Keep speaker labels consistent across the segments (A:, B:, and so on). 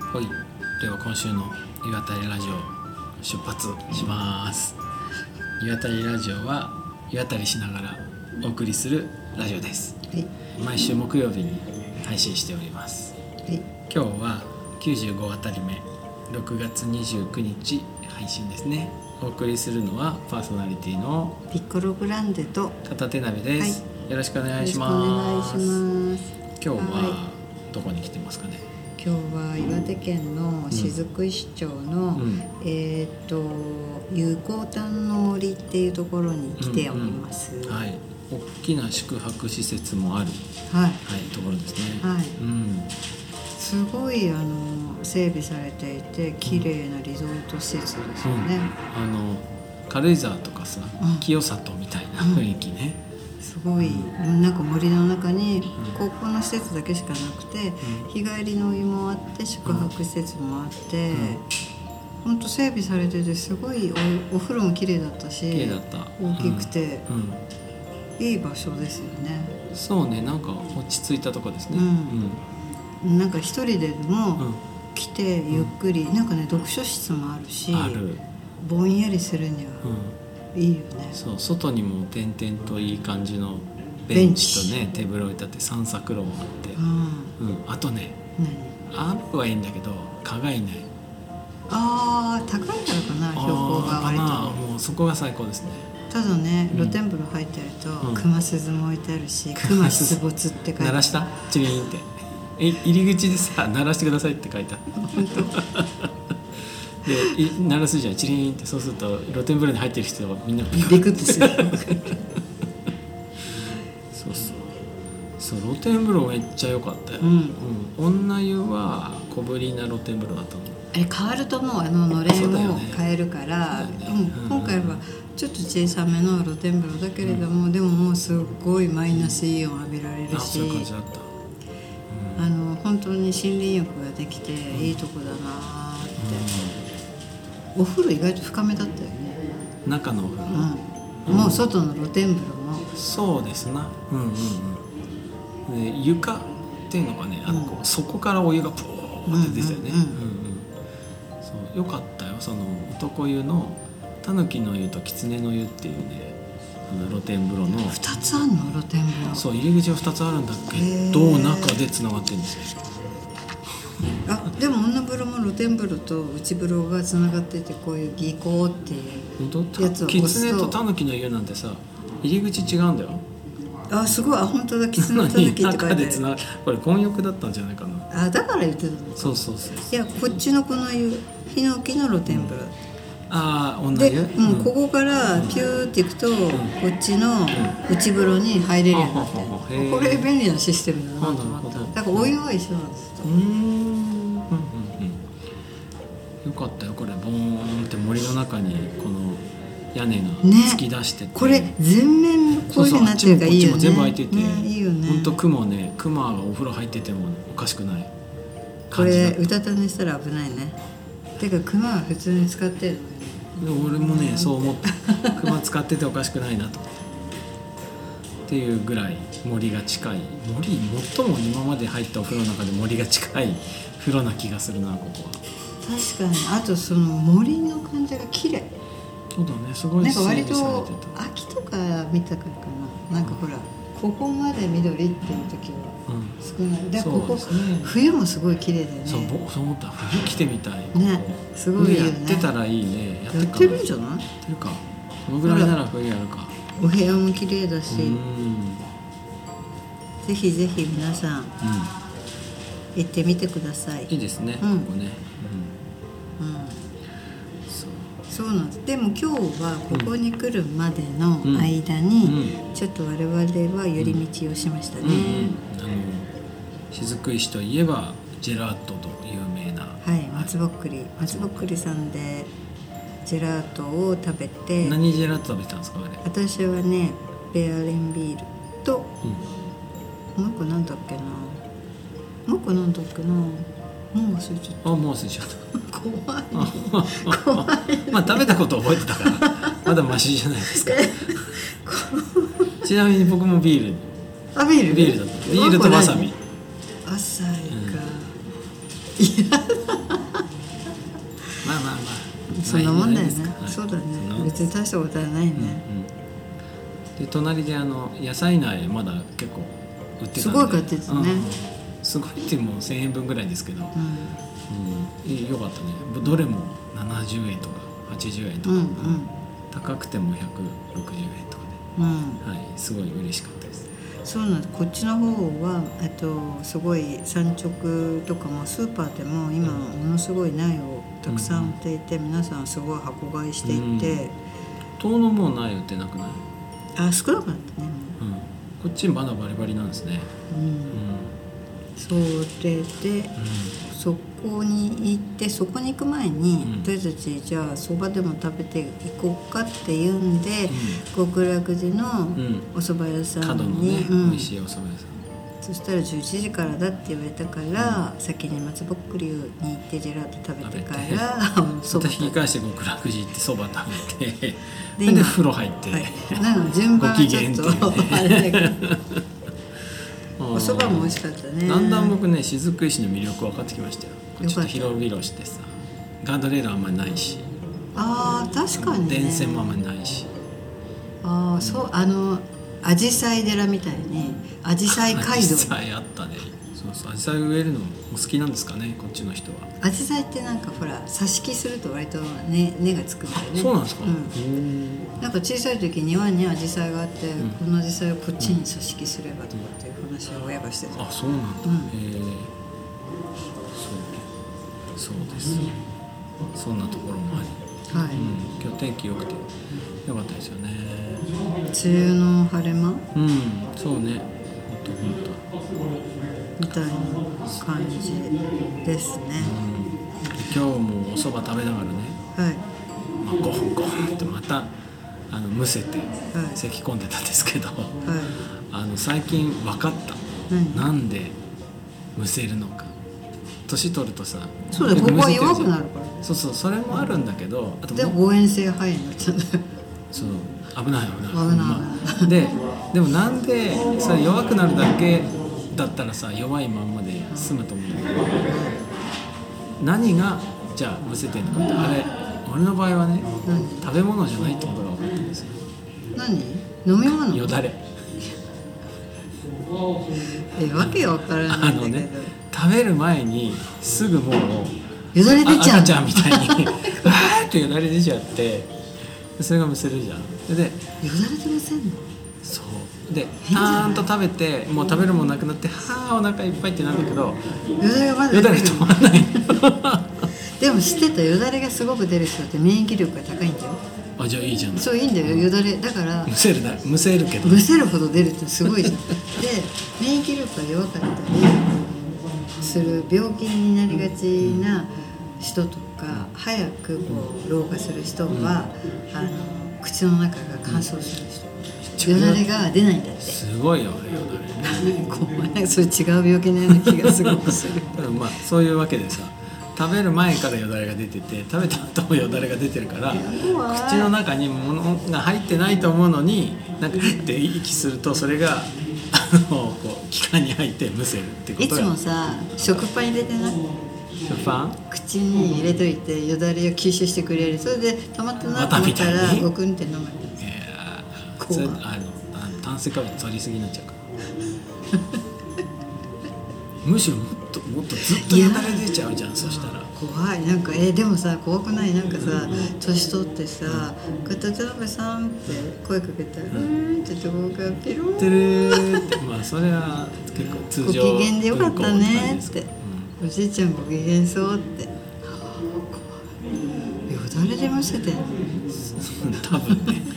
A: はいでは今週の岩谷ラジオ出発します岩谷ラジオは岩谷しながらお送りするラジオです
B: はい
A: 毎週木曜日に配信しております
B: はい
A: 今日は95あたり目6月29日配信ですねお送りするのはパーソナリティの
B: ピッコログランデとよ
A: 片手鍋です、よろしくお願
B: ろ
A: い
B: し
A: し
B: くお願い
A: ま
B: し
A: す
B: ます
A: 今日は
B: は
A: どこに来てますかね、
B: 今日は岩手県の雫石町の、
A: うん
B: えっ、と有効炭の森っていうところに来ております、
A: はい大きな宿泊施設もある
B: はい
A: はいところですね
B: はい
A: うん
B: すごいあの整備されていて綺麗なリゾート施設ですよね、
A: うん、あの軽井沢とかさ、
B: うん
A: 清里みたいな
B: うん
A: 雰囲気ね、
B: すごいなんか森の中に高校の施設だけしかなくて
A: うん
B: 日帰りの湯もあって宿泊施設もあっ
A: う
B: て、
A: ん
B: ほんと整備されててすごいおお風呂も綺麗だったし
A: 綺麗だった
B: 大きく、て
A: うんうん
B: いい場所ですよね
A: そうねなんか落ち着いたとこですね
B: うんなんか一人で
A: うん
B: も来てゆっくり、なんかね読書室もあるし
A: ある、
B: ぼんやりするには
A: うん、
B: いいよね、
A: そう外にも点々といい感じのベ
B: ベ
A: ン
B: ン
A: チ
B: チ
A: とねテーブル置いてあって散策路もあって
B: う、ん
A: うん、あとね
B: 何
A: アップはいいんだけど蚊がいない
B: あー高いからかな標高が割と
A: あーかなもうそこが最高ですね
B: ただね
A: うん
B: 露天風呂入ってる
A: うん
B: と熊鈴も置いてあるし熊出没って書いてあ
A: 鳴ら
B: る
A: したチリーンってえ入り口でさ鳴らしてくださいって書いてある
B: 本当
A: でい鳴らすじゃんチリーンってそうすると露天風呂に入ってる人はみんなビ
B: ビクッと する
A: そうそうそう露天風呂めっちゃ良かったよ、
B: うん
A: うん女湯は小ぶりな露天風呂だったの
B: あれ変わるともうあののれ
A: そうんだよ
B: を
A: ね
B: 変えるから
A: そうだ
B: う
A: よね
B: ん今回はちょっと小さめの露天風呂だけれども、でももうすっごいマイナスイオン浴びられる
A: あそういう感
B: し
A: じだった
B: あの本当に森林浴ができていいとこだなーって、お風呂意外と深めだったよね、
A: 中のお風呂、
B: うん、もう外の露天風呂も
A: そうですなうんうんうんで床っていうのがねあのこう、底からお湯がプーって出てたよね
B: うんうん
A: うんうんそうよかったよその男湯のタヌキの湯と狐の湯っていうねあの露天風呂の
B: 2つあんの露天風呂
A: そう入り口は2つあるんだけ
B: へ
A: ど
B: ー
A: 中でつながってるんですよ
B: あでも女風呂も露天風呂と内風呂がつながっててこういう技巧っていう
A: 本
B: やつ
A: 当
B: を
A: キ
B: 押
A: ツネ
B: すと
A: とタヌキの湯なんてさ入り口違うんだよ
B: あすごいあ本当だキツ
A: な
B: ネ
A: の
B: タヌキっ
A: に
B: て書
A: 中
B: いてあ
A: でつ
B: る
A: なこれ混浴だったんじゃないかな
B: あだから言ってたの
A: そうそうそう
B: いやこっちのこの湯ヒノキの露天風呂、
A: ああ女
B: で、
A: 湯
B: うんここからピューっていくと、こっちの内風呂に入れるようになって
A: あ
B: る
A: ほほほへー
B: これ便利なシステムだなと思っ
A: なるほど
B: ただからお湯は一緒なんです
A: うーんうんうんうんよかったよこれボーンって森の中にこの屋根が突き出してて、
B: これ全面こういうふうになってるからいいよね
A: そうそうあっちもこっちも全部開いてて、
B: ねいいよね
A: ほんと雲ね熊がお風呂入っててもおかしくない
B: こ
A: 感じだ
B: れ
A: った
B: うたた寝したら危ないねてか熊は普通に使ってるのよね
A: でも俺もねそう思った熊使ってておかしくないなとっていうぐらい森が近い森最も今まで入ったお風呂の中で森が近い風呂な気がするなここは
B: 確かにあとその森の感じが綺麗
A: そうだねすごい
B: なん
A: 整
B: か割
A: 備さ
B: と
A: れてた
B: 秋とか見たからかななんかほらここまで緑っていう時は
A: うん
B: 少ないだから
A: そ
B: こ
A: う
B: こ、
A: ですね
B: 冬もすごい綺麗だよね
A: そう僕そう思った冬来てみたい
B: ね
A: ここ
B: すごいよね
A: 冬やってたらいいねやっ
B: や
A: て
B: っ
A: か
B: てるんじゃない
A: やってるかそのぐらいなら冬やるか
B: お部屋も綺麗だ
A: う
B: し、
A: ーん
B: ぜひぜひ皆さん
A: う
B: 行ってみてください、
A: んいいですね、
B: うん
A: ここね、
B: うん
A: うん、そう
B: そうなんですでも今日はここに来るまでの間に
A: う
B: ちょっと我々は寄り道をしましたね、
A: うんうん、あの雫石といえばジェラートと有名な、
B: はい松ぼっくり松ぼっくりさんでジェラートを食べて
A: 何ジェラート食べてたんですかあれ、
B: 私はねペアレンビールと
A: う
B: もう一個なんだっけなもう一個なんだっけなもう忘れちゃっ
A: ん、あもう忘れちゃった
B: 怖い
A: まあ食べたこと覚えてたから まだマシじゃないですかちなみに僕もビー
B: あビー
A: ル
B: ル
A: ビールだったビールとわさび
B: 朝いか、そんなもんだ
A: ない
B: よね
A: ですかはい
B: そうだね
A: そんなもんです
B: 別に大したことはないね、
A: で隣であの野菜苗まだ結構売ってたんです
B: ごい買ってたね
A: うんすごいってもう1,000円分ぐらいですけど、
B: う
A: うんんよかったねどれも70円とか80円と
B: う
A: か、
B: ん
A: 高くても160円とか
B: うんうん、
A: で、はい、すごい嬉しかったです
B: そうなんですこっちの方はえっとすごい産直とかもスーパーでも今ものすごい苗をたくさん売っていて、皆さんすごい箱買いしていて、
A: 遠のもう苗売ってなくない、
B: あ少なくなったね、
A: うん、こっちまだバリバリなんですね、
B: う
A: うん
B: ん、そうでで
A: う
B: そこに行ってそこに行く前に、
A: うん
B: 私たちじゃあそばでも食べていこうかっていうんで、極楽寺の
A: んうん
B: お蕎麦屋さ
A: 角の
B: ん
A: ね美
B: に、、うん
A: 味しいお蕎麦屋さん
B: そしたら11時からだって言われたから、先に松ぼっくりに行ってジェラート食べてからそ
A: ま
B: ば
A: た引き返して極楽寺行ってそば食べて
B: で
A: で
B: 今
A: 風呂入って、
B: はい、なの順番はちょっ
A: ご
B: と
A: 機嫌
B: あれだけど
A: あー
B: お蕎麦も美味しかったね
A: だんだん僕ね雫石の魅力分かってきましたよこれ
B: よ
A: ち
B: か
A: ょっ
B: っ
A: たと広々してさガードレールあんまりないし
B: あー確かにね
A: 電線もあんまりないし
B: ああそうあの紫陽花寺みたいに紫陽花街道
A: 実際あったねそうそう実際植えるのお好きなんですかねこっちの人は、
B: 紫陽花ってなんかほら挿し木すると割と根根がつくんだよね
A: そうなんですか、
B: うんなんか小さい時庭にアジサイがあって、
A: ん
B: このアジサイをこっちに挿し木すればとかっていう話を親がしてた、
A: あそうなんだ、
B: うん
A: へえそうそうです、そんなところもあり、
B: はい、
A: うん、今日天気良くて良かったですよね
B: 梅雨の晴れ間
A: うんそうねほんとほんと
B: みたいな感じですね、
A: 今日もお蕎麦食べながらね、
B: はい
A: まあ、ご飯ご飯ってまたあのむせて
B: はい
A: 咳き込んでたんですけど、
B: はい
A: あの最近分かった、
B: 何
A: なんでむせるのか年取るとさ
B: そうだよ
A: よく
B: ここ
A: む
B: は
A: せてじゃん
B: 弱くなるから
A: そうそうそれもあるんだけどあと
B: で
A: もう
B: 誤嚥性肺炎になっちゃうんだよ
A: そう危ない危ない
B: 危ない
A: ほんまででもなんでそれ弱くなるだけだったらさ弱いまんまで済むと思うんだけど何がじゃあむせてんのかってあれ俺の場合はね
B: 何
A: 食べ物じゃないってことが分かったんですよ
B: 何飲み物
A: よだれ
B: えわけわからな
A: あ
B: いん
A: の
B: だけど、
A: ね食べる前にすぐもう
B: よだれ出
A: あ
B: ちゃう
A: 赤ちゃんみたいに わーってよだれ出ちゃってそれがむせるじゃんそれで
B: よだれ出ませんの
A: そうでパーンと食べてもう食べるもんなくなってはあお腹いっぱいってなるんだけど
B: よだれがまだ
A: よ
B: 出
A: だ
B: て
A: れ
B: くる
A: 止まんない
B: でも知ってたよだれがすごく出る人って免疫力が高いんだよ
A: の あじゃあいいじゃん
B: そういいんだよよだれだから
A: むせるなむせるけど
B: むせるほど出るってすごいじゃんで免疫力が弱かったりする病気になりがちな人とか早くこう老化する人は、あの口の中が乾燥する人、よだれが出ないんだって
A: すごいよあれよだれ
B: 怖いそれ違う病気のような気が すごくする
A: ただまあそういうわけでさ食べる前からよだれが出てて食べた後もよだれが出てるから
B: 怖い
A: 口の中に物が入ってないと思うのになんかって息するとそれがあのこう気管に入ってむせるってこ
B: い
A: と
B: つ
A: が
B: もさ食パン入れてな
A: ファン
B: 口に入れといてよだれを吸収してくれるそれで溜まったなと思った
A: またみ
B: ら
A: たいに
B: ゴクンって飲む
A: いやー
B: 怖
A: そ
B: い
A: れあのあの炭水化物取りすぎになっちゃうから むしろもっともっとずっとやたら出ちゃうじゃんそしたら
B: 怖いなんかえーでもさ怖くないなんかさ年取ってさ「片手鍋さん」って声かけたら「うーん」ってとこがピロ
A: 「
B: ー
A: てるー」って まあそれは結構通常
B: ご機嫌でよかったねーって
A: 文法
B: おじいちゃんご機嫌そう」ってはあ怖いよだれ出まして
A: って感じですか、うん、多 分 ね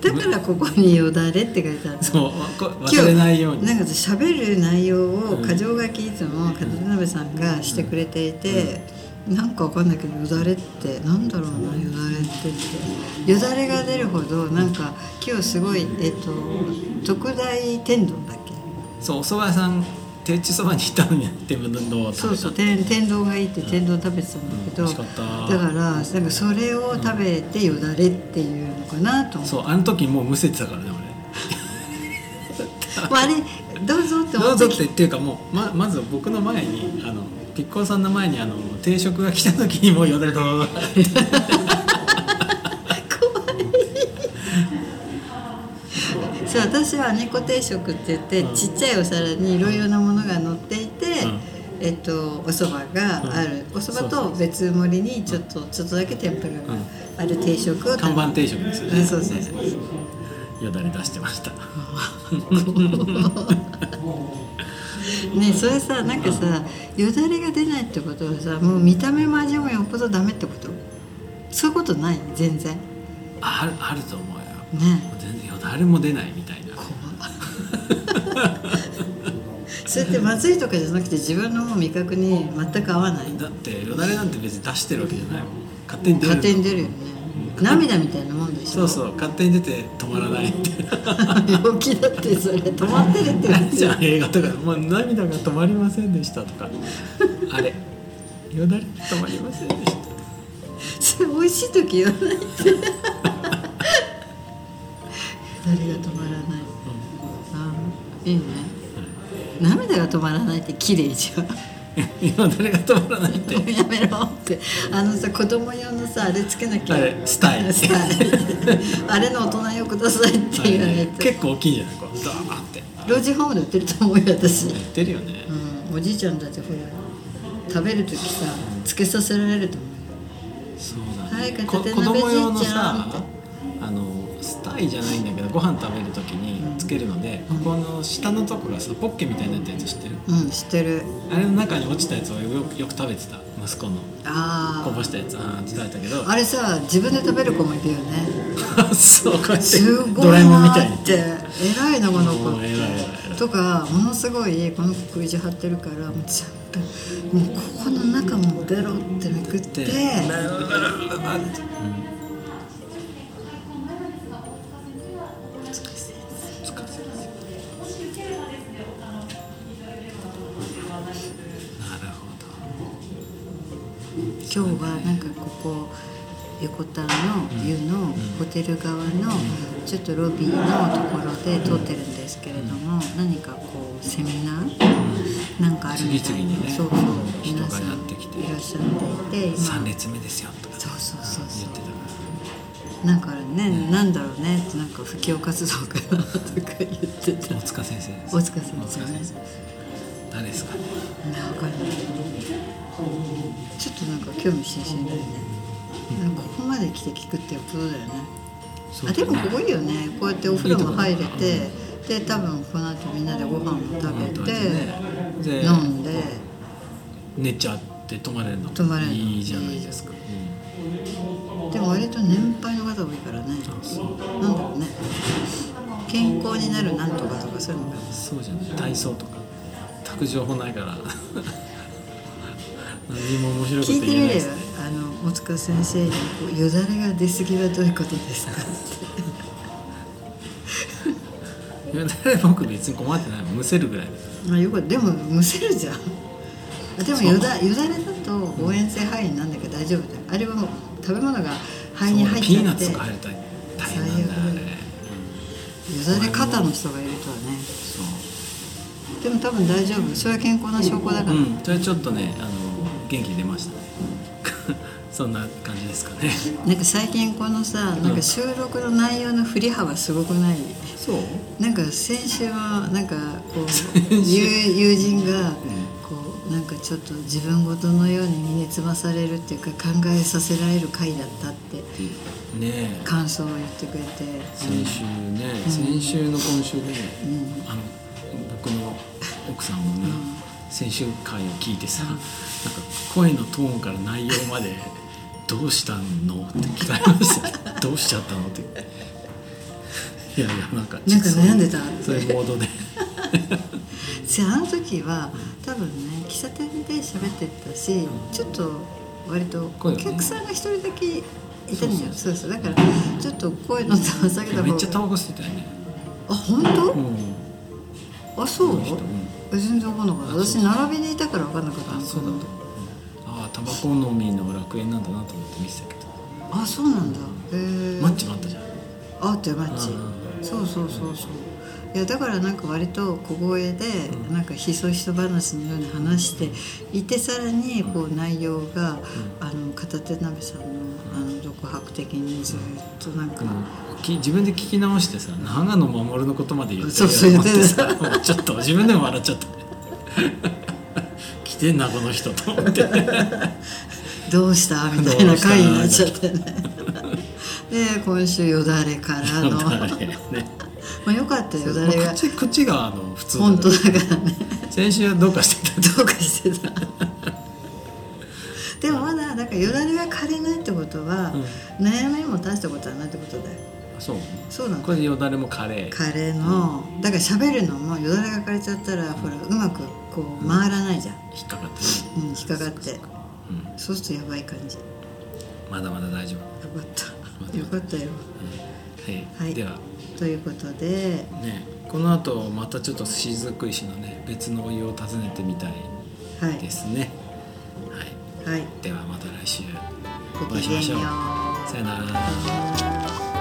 B: だからここに「よだれ」って書いてある
A: そうわこ忘れないように
B: なんか喋る内容を箇条書きいつも片手鍋さんがしてくれていて、なんかわかんないけどよだれってなんだろうなよだれってってよだれが出るほどなんか今日すごいえっと特大天丼だっけ
A: そうお蕎麦屋さん定置そばに行ったのに天ぶどう
B: そうそう
A: 食べ
B: 天天丼がいいって天丼食べてたんだけど、
A: うん美味しかった
B: だからなんかそれを食べてよだれっていうのかなと
A: た
B: 思って
A: そうあの時もうむせてたからね
B: あれどうぞって
A: 俺ど
B: 思
A: う
B: っ
A: ぞ
B: て
A: っ
B: き
A: てっていうかもうままず僕の前にあのピッコロさんの前にあの定食が来た時にもうよだれと 怖い
B: そう私は猫定食って言って、
A: うん
B: ちっちゃいお皿にいろいろなものが乗っていて、
A: うん
B: えっと、お蕎麦がある、
A: うん
B: お蕎麦
A: そうそう
B: と別盛りにちょっとちょっとだけ天ぷらがある定食を
A: 看
B: む
A: 板定食ですよ
B: う
A: ね
B: んそうそうそ う
A: よだれ出してました
B: ねそれさなんかさよだれが出ないってことはさもう見た目も味もよっぽどダメってことそういうことない全然ね
A: あるあると思うよもう全然よだれも出ないみたいな
B: 怖 それってまずいとかじゃなくて自分のもう味覚に全く合わない
A: だってよだれなんて別に出してるわけじゃないもん勝手に出る
B: 勝手に出るよね涙みたいなもんでし
A: そう
B: ょ
A: そう勝手に出て止まらないみたいな
B: 病気だってそれ止まってるって
A: ある じゃ
B: 言
A: ん映画とか「もう涙が止まりませんでした」とか「あれよだれ止まりませんでした」
B: それ美味しい時言わないって誰が止まらないあーいいね涙が止まらないって綺麗じゃん
A: よだれが止まらないって
B: やめろってあのさ子供用のさあれつけなきゃ
A: あれスタイル
B: スタイルあれの大人用くださいって言われて
A: 結構大きいんじゃないこうダーって
B: 老人ホームで売ってると思うよ私
A: 言ってるよね
B: うん、おじいちゃんたちほら食べる時さつけさせられると思う
A: そうだ
B: はい
A: ね、
B: 片
A: こ
B: 手
A: 子
B: 鍋
A: 供用の
B: じいちゃんみたい
A: さあのスタイじゃないんだけどご飯食べる時につけるので、ここの下のとこがさポッケみたいになったやつ知ってる
B: うん知ってる
A: あれの中に落ちたやつをよくよく食べてた息子のこ
B: あ
A: ぼしたやつああ食べたけど
B: ああれさ自分で食べる子もいるよね
A: そうこうやって
B: すごい
A: ドラえもんみ
B: な
A: たいに
B: ーって偉いなこの子
A: もう偉い偉い偉い
B: とかものすごいこの子食い地張ってるからもうちゃんともうここの中もベロってめくって
A: でなるほ
B: 今日はなんかここ横田の湯のホテル側のちょっとロビーのところで撮ってるんですけれども何かこうセミナーなんかあるみたい
A: 次々にね
B: そうそう
A: 人
B: 皆
A: が
B: さんい
A: や
B: ら
A: ってきて
B: っしゃっていて
A: ど3
B: 今
A: 列目ですよとか
B: そうそうそう
A: 言って
B: そ
A: たから
B: うなんかねなんだろうねってなんか布教活動かなとか言ってた
A: 大塚先生です
B: 大塚先生ね
A: 誰ですかね
B: なんかねちょっとなんか興味津々だよねなんかここまで来て聞くってよっぽどだよねあでもここいいよねこうやってお風呂も入れてで多分この後みんなでご飯も食べて、
A: で
B: 飲んで
A: 寝ちゃって泊まれるの
B: 泊まれるの
A: いいじゃないですか、うん
B: でも割と年配の方多いからね
A: そう
B: なんだろうね健康になるなんとかとかそういうのが
A: そうじゃない体操とか全く情報ないから 何も面白いこ
B: 聞い
A: と
B: て
A: 言えな
B: み
A: いで
B: れ
A: す
B: ば
A: ね
B: あの大塚先生にこう「よだれが出過ぎはどういうことですか?」 って
A: いや誰も僕別に困ってないもんむせるぐらい
B: あよかったでもむせるじゃん あでもよだよだれだと誤嚥性肺炎なんだけど大丈夫だよあれはもう食べ物が肺に入っ
A: ピ
B: ち
A: ー
B: ゃ
A: ナッ
B: っ
A: ツ
B: てよ
A: とか入ると大変なんだよあ
B: 最悪だ
A: れ、
B: よ
A: うん
B: だれ肩の人がいるとはね
A: そう
B: でも多分大丈夫それは健康な証拠だから、
A: うん、それちょっとね、あの元気出ましたね。 そんな感じですかね。
B: なんか最近このさなんか収録の内容の振り幅すごくない
A: そう。
B: なんか先週はなんかこう
A: 先週
B: 友友人がこうなんかちょっと自分事のように身につまされるっていうか考えさせられる回だったって
A: ねえ、
B: 感想を言ってくれて、
A: 先週ね、先週の今週ね、
B: う
A: あの僕の奥さんもね、先週回を聞いてさ、なんか声のトーンから内容までどうしたのって聞かれました。どうしちゃったのって。いやいやなんか
B: なんか悩んでた
A: そういうモードで。
B: じゃああの時は多分ね喫茶店で喋ってたしちょっと割と
A: 声
B: お
A: がね
B: 客さんが一人だけいたのよ
A: そう
B: そうそうだからちょっと声の下を下げた方が
A: めっちゃタバコ吸ってたよね。
B: あ本当、
A: うん。
B: あそう
A: この人うん
B: 全然分かんなかった
A: あそ
B: 私
A: う
B: 並びにいたから分かんなかった
A: あ
B: の
A: そうだと、ああタバコ飲みの楽園なんだなと思って見てたけど
B: あそうなんだへえ
A: マッチもあったじゃん
B: あってマッチ
A: うん
B: そうそうそうそういやだからなんか割と小声で、
A: うん
B: なんかひそひそ話のように話していてさらにこう内容が、あの片手鍋さんのあの独白的にずっとなんか、
A: うんき自分で聞き直してさ長野守のことまで言って
B: そうそう
A: と思ってさ
B: 言
A: もう ちょっと自分でも笑っちゃった 来てんなこの人と思って
B: どうしたみたいな回になっちゃってねで今週よだれからの
A: あ
B: ま
A: れね
B: あよかったよだれ
A: まあ
B: が
A: 口口があの普通だ
B: 本当だからね
A: 先週はどうかしてた
B: どうかしてたでもまだだからよだれが枯れないってことは、悩みも大したことはないってことだよ
A: そう
B: そうなの
A: これでよだれもカレー
B: カレーのだから喋るのもよだれが枯れちゃったらほらうまくこう回らないじゃん、
A: 引っかかって
B: うん、引っかかって
A: ね、
B: そうするとやばい感じよ
A: うん、まだまだ大丈夫、
B: かったよかったよ
A: うんはい
B: はい
A: では
B: ということで
A: ねこの後またちょっと雫石のね別のお湯を訪ねてみたい
B: はい
A: ですね、はい、
B: はい
A: ではまた来週
B: ごきげんよう
A: さよなら。
B: さよなら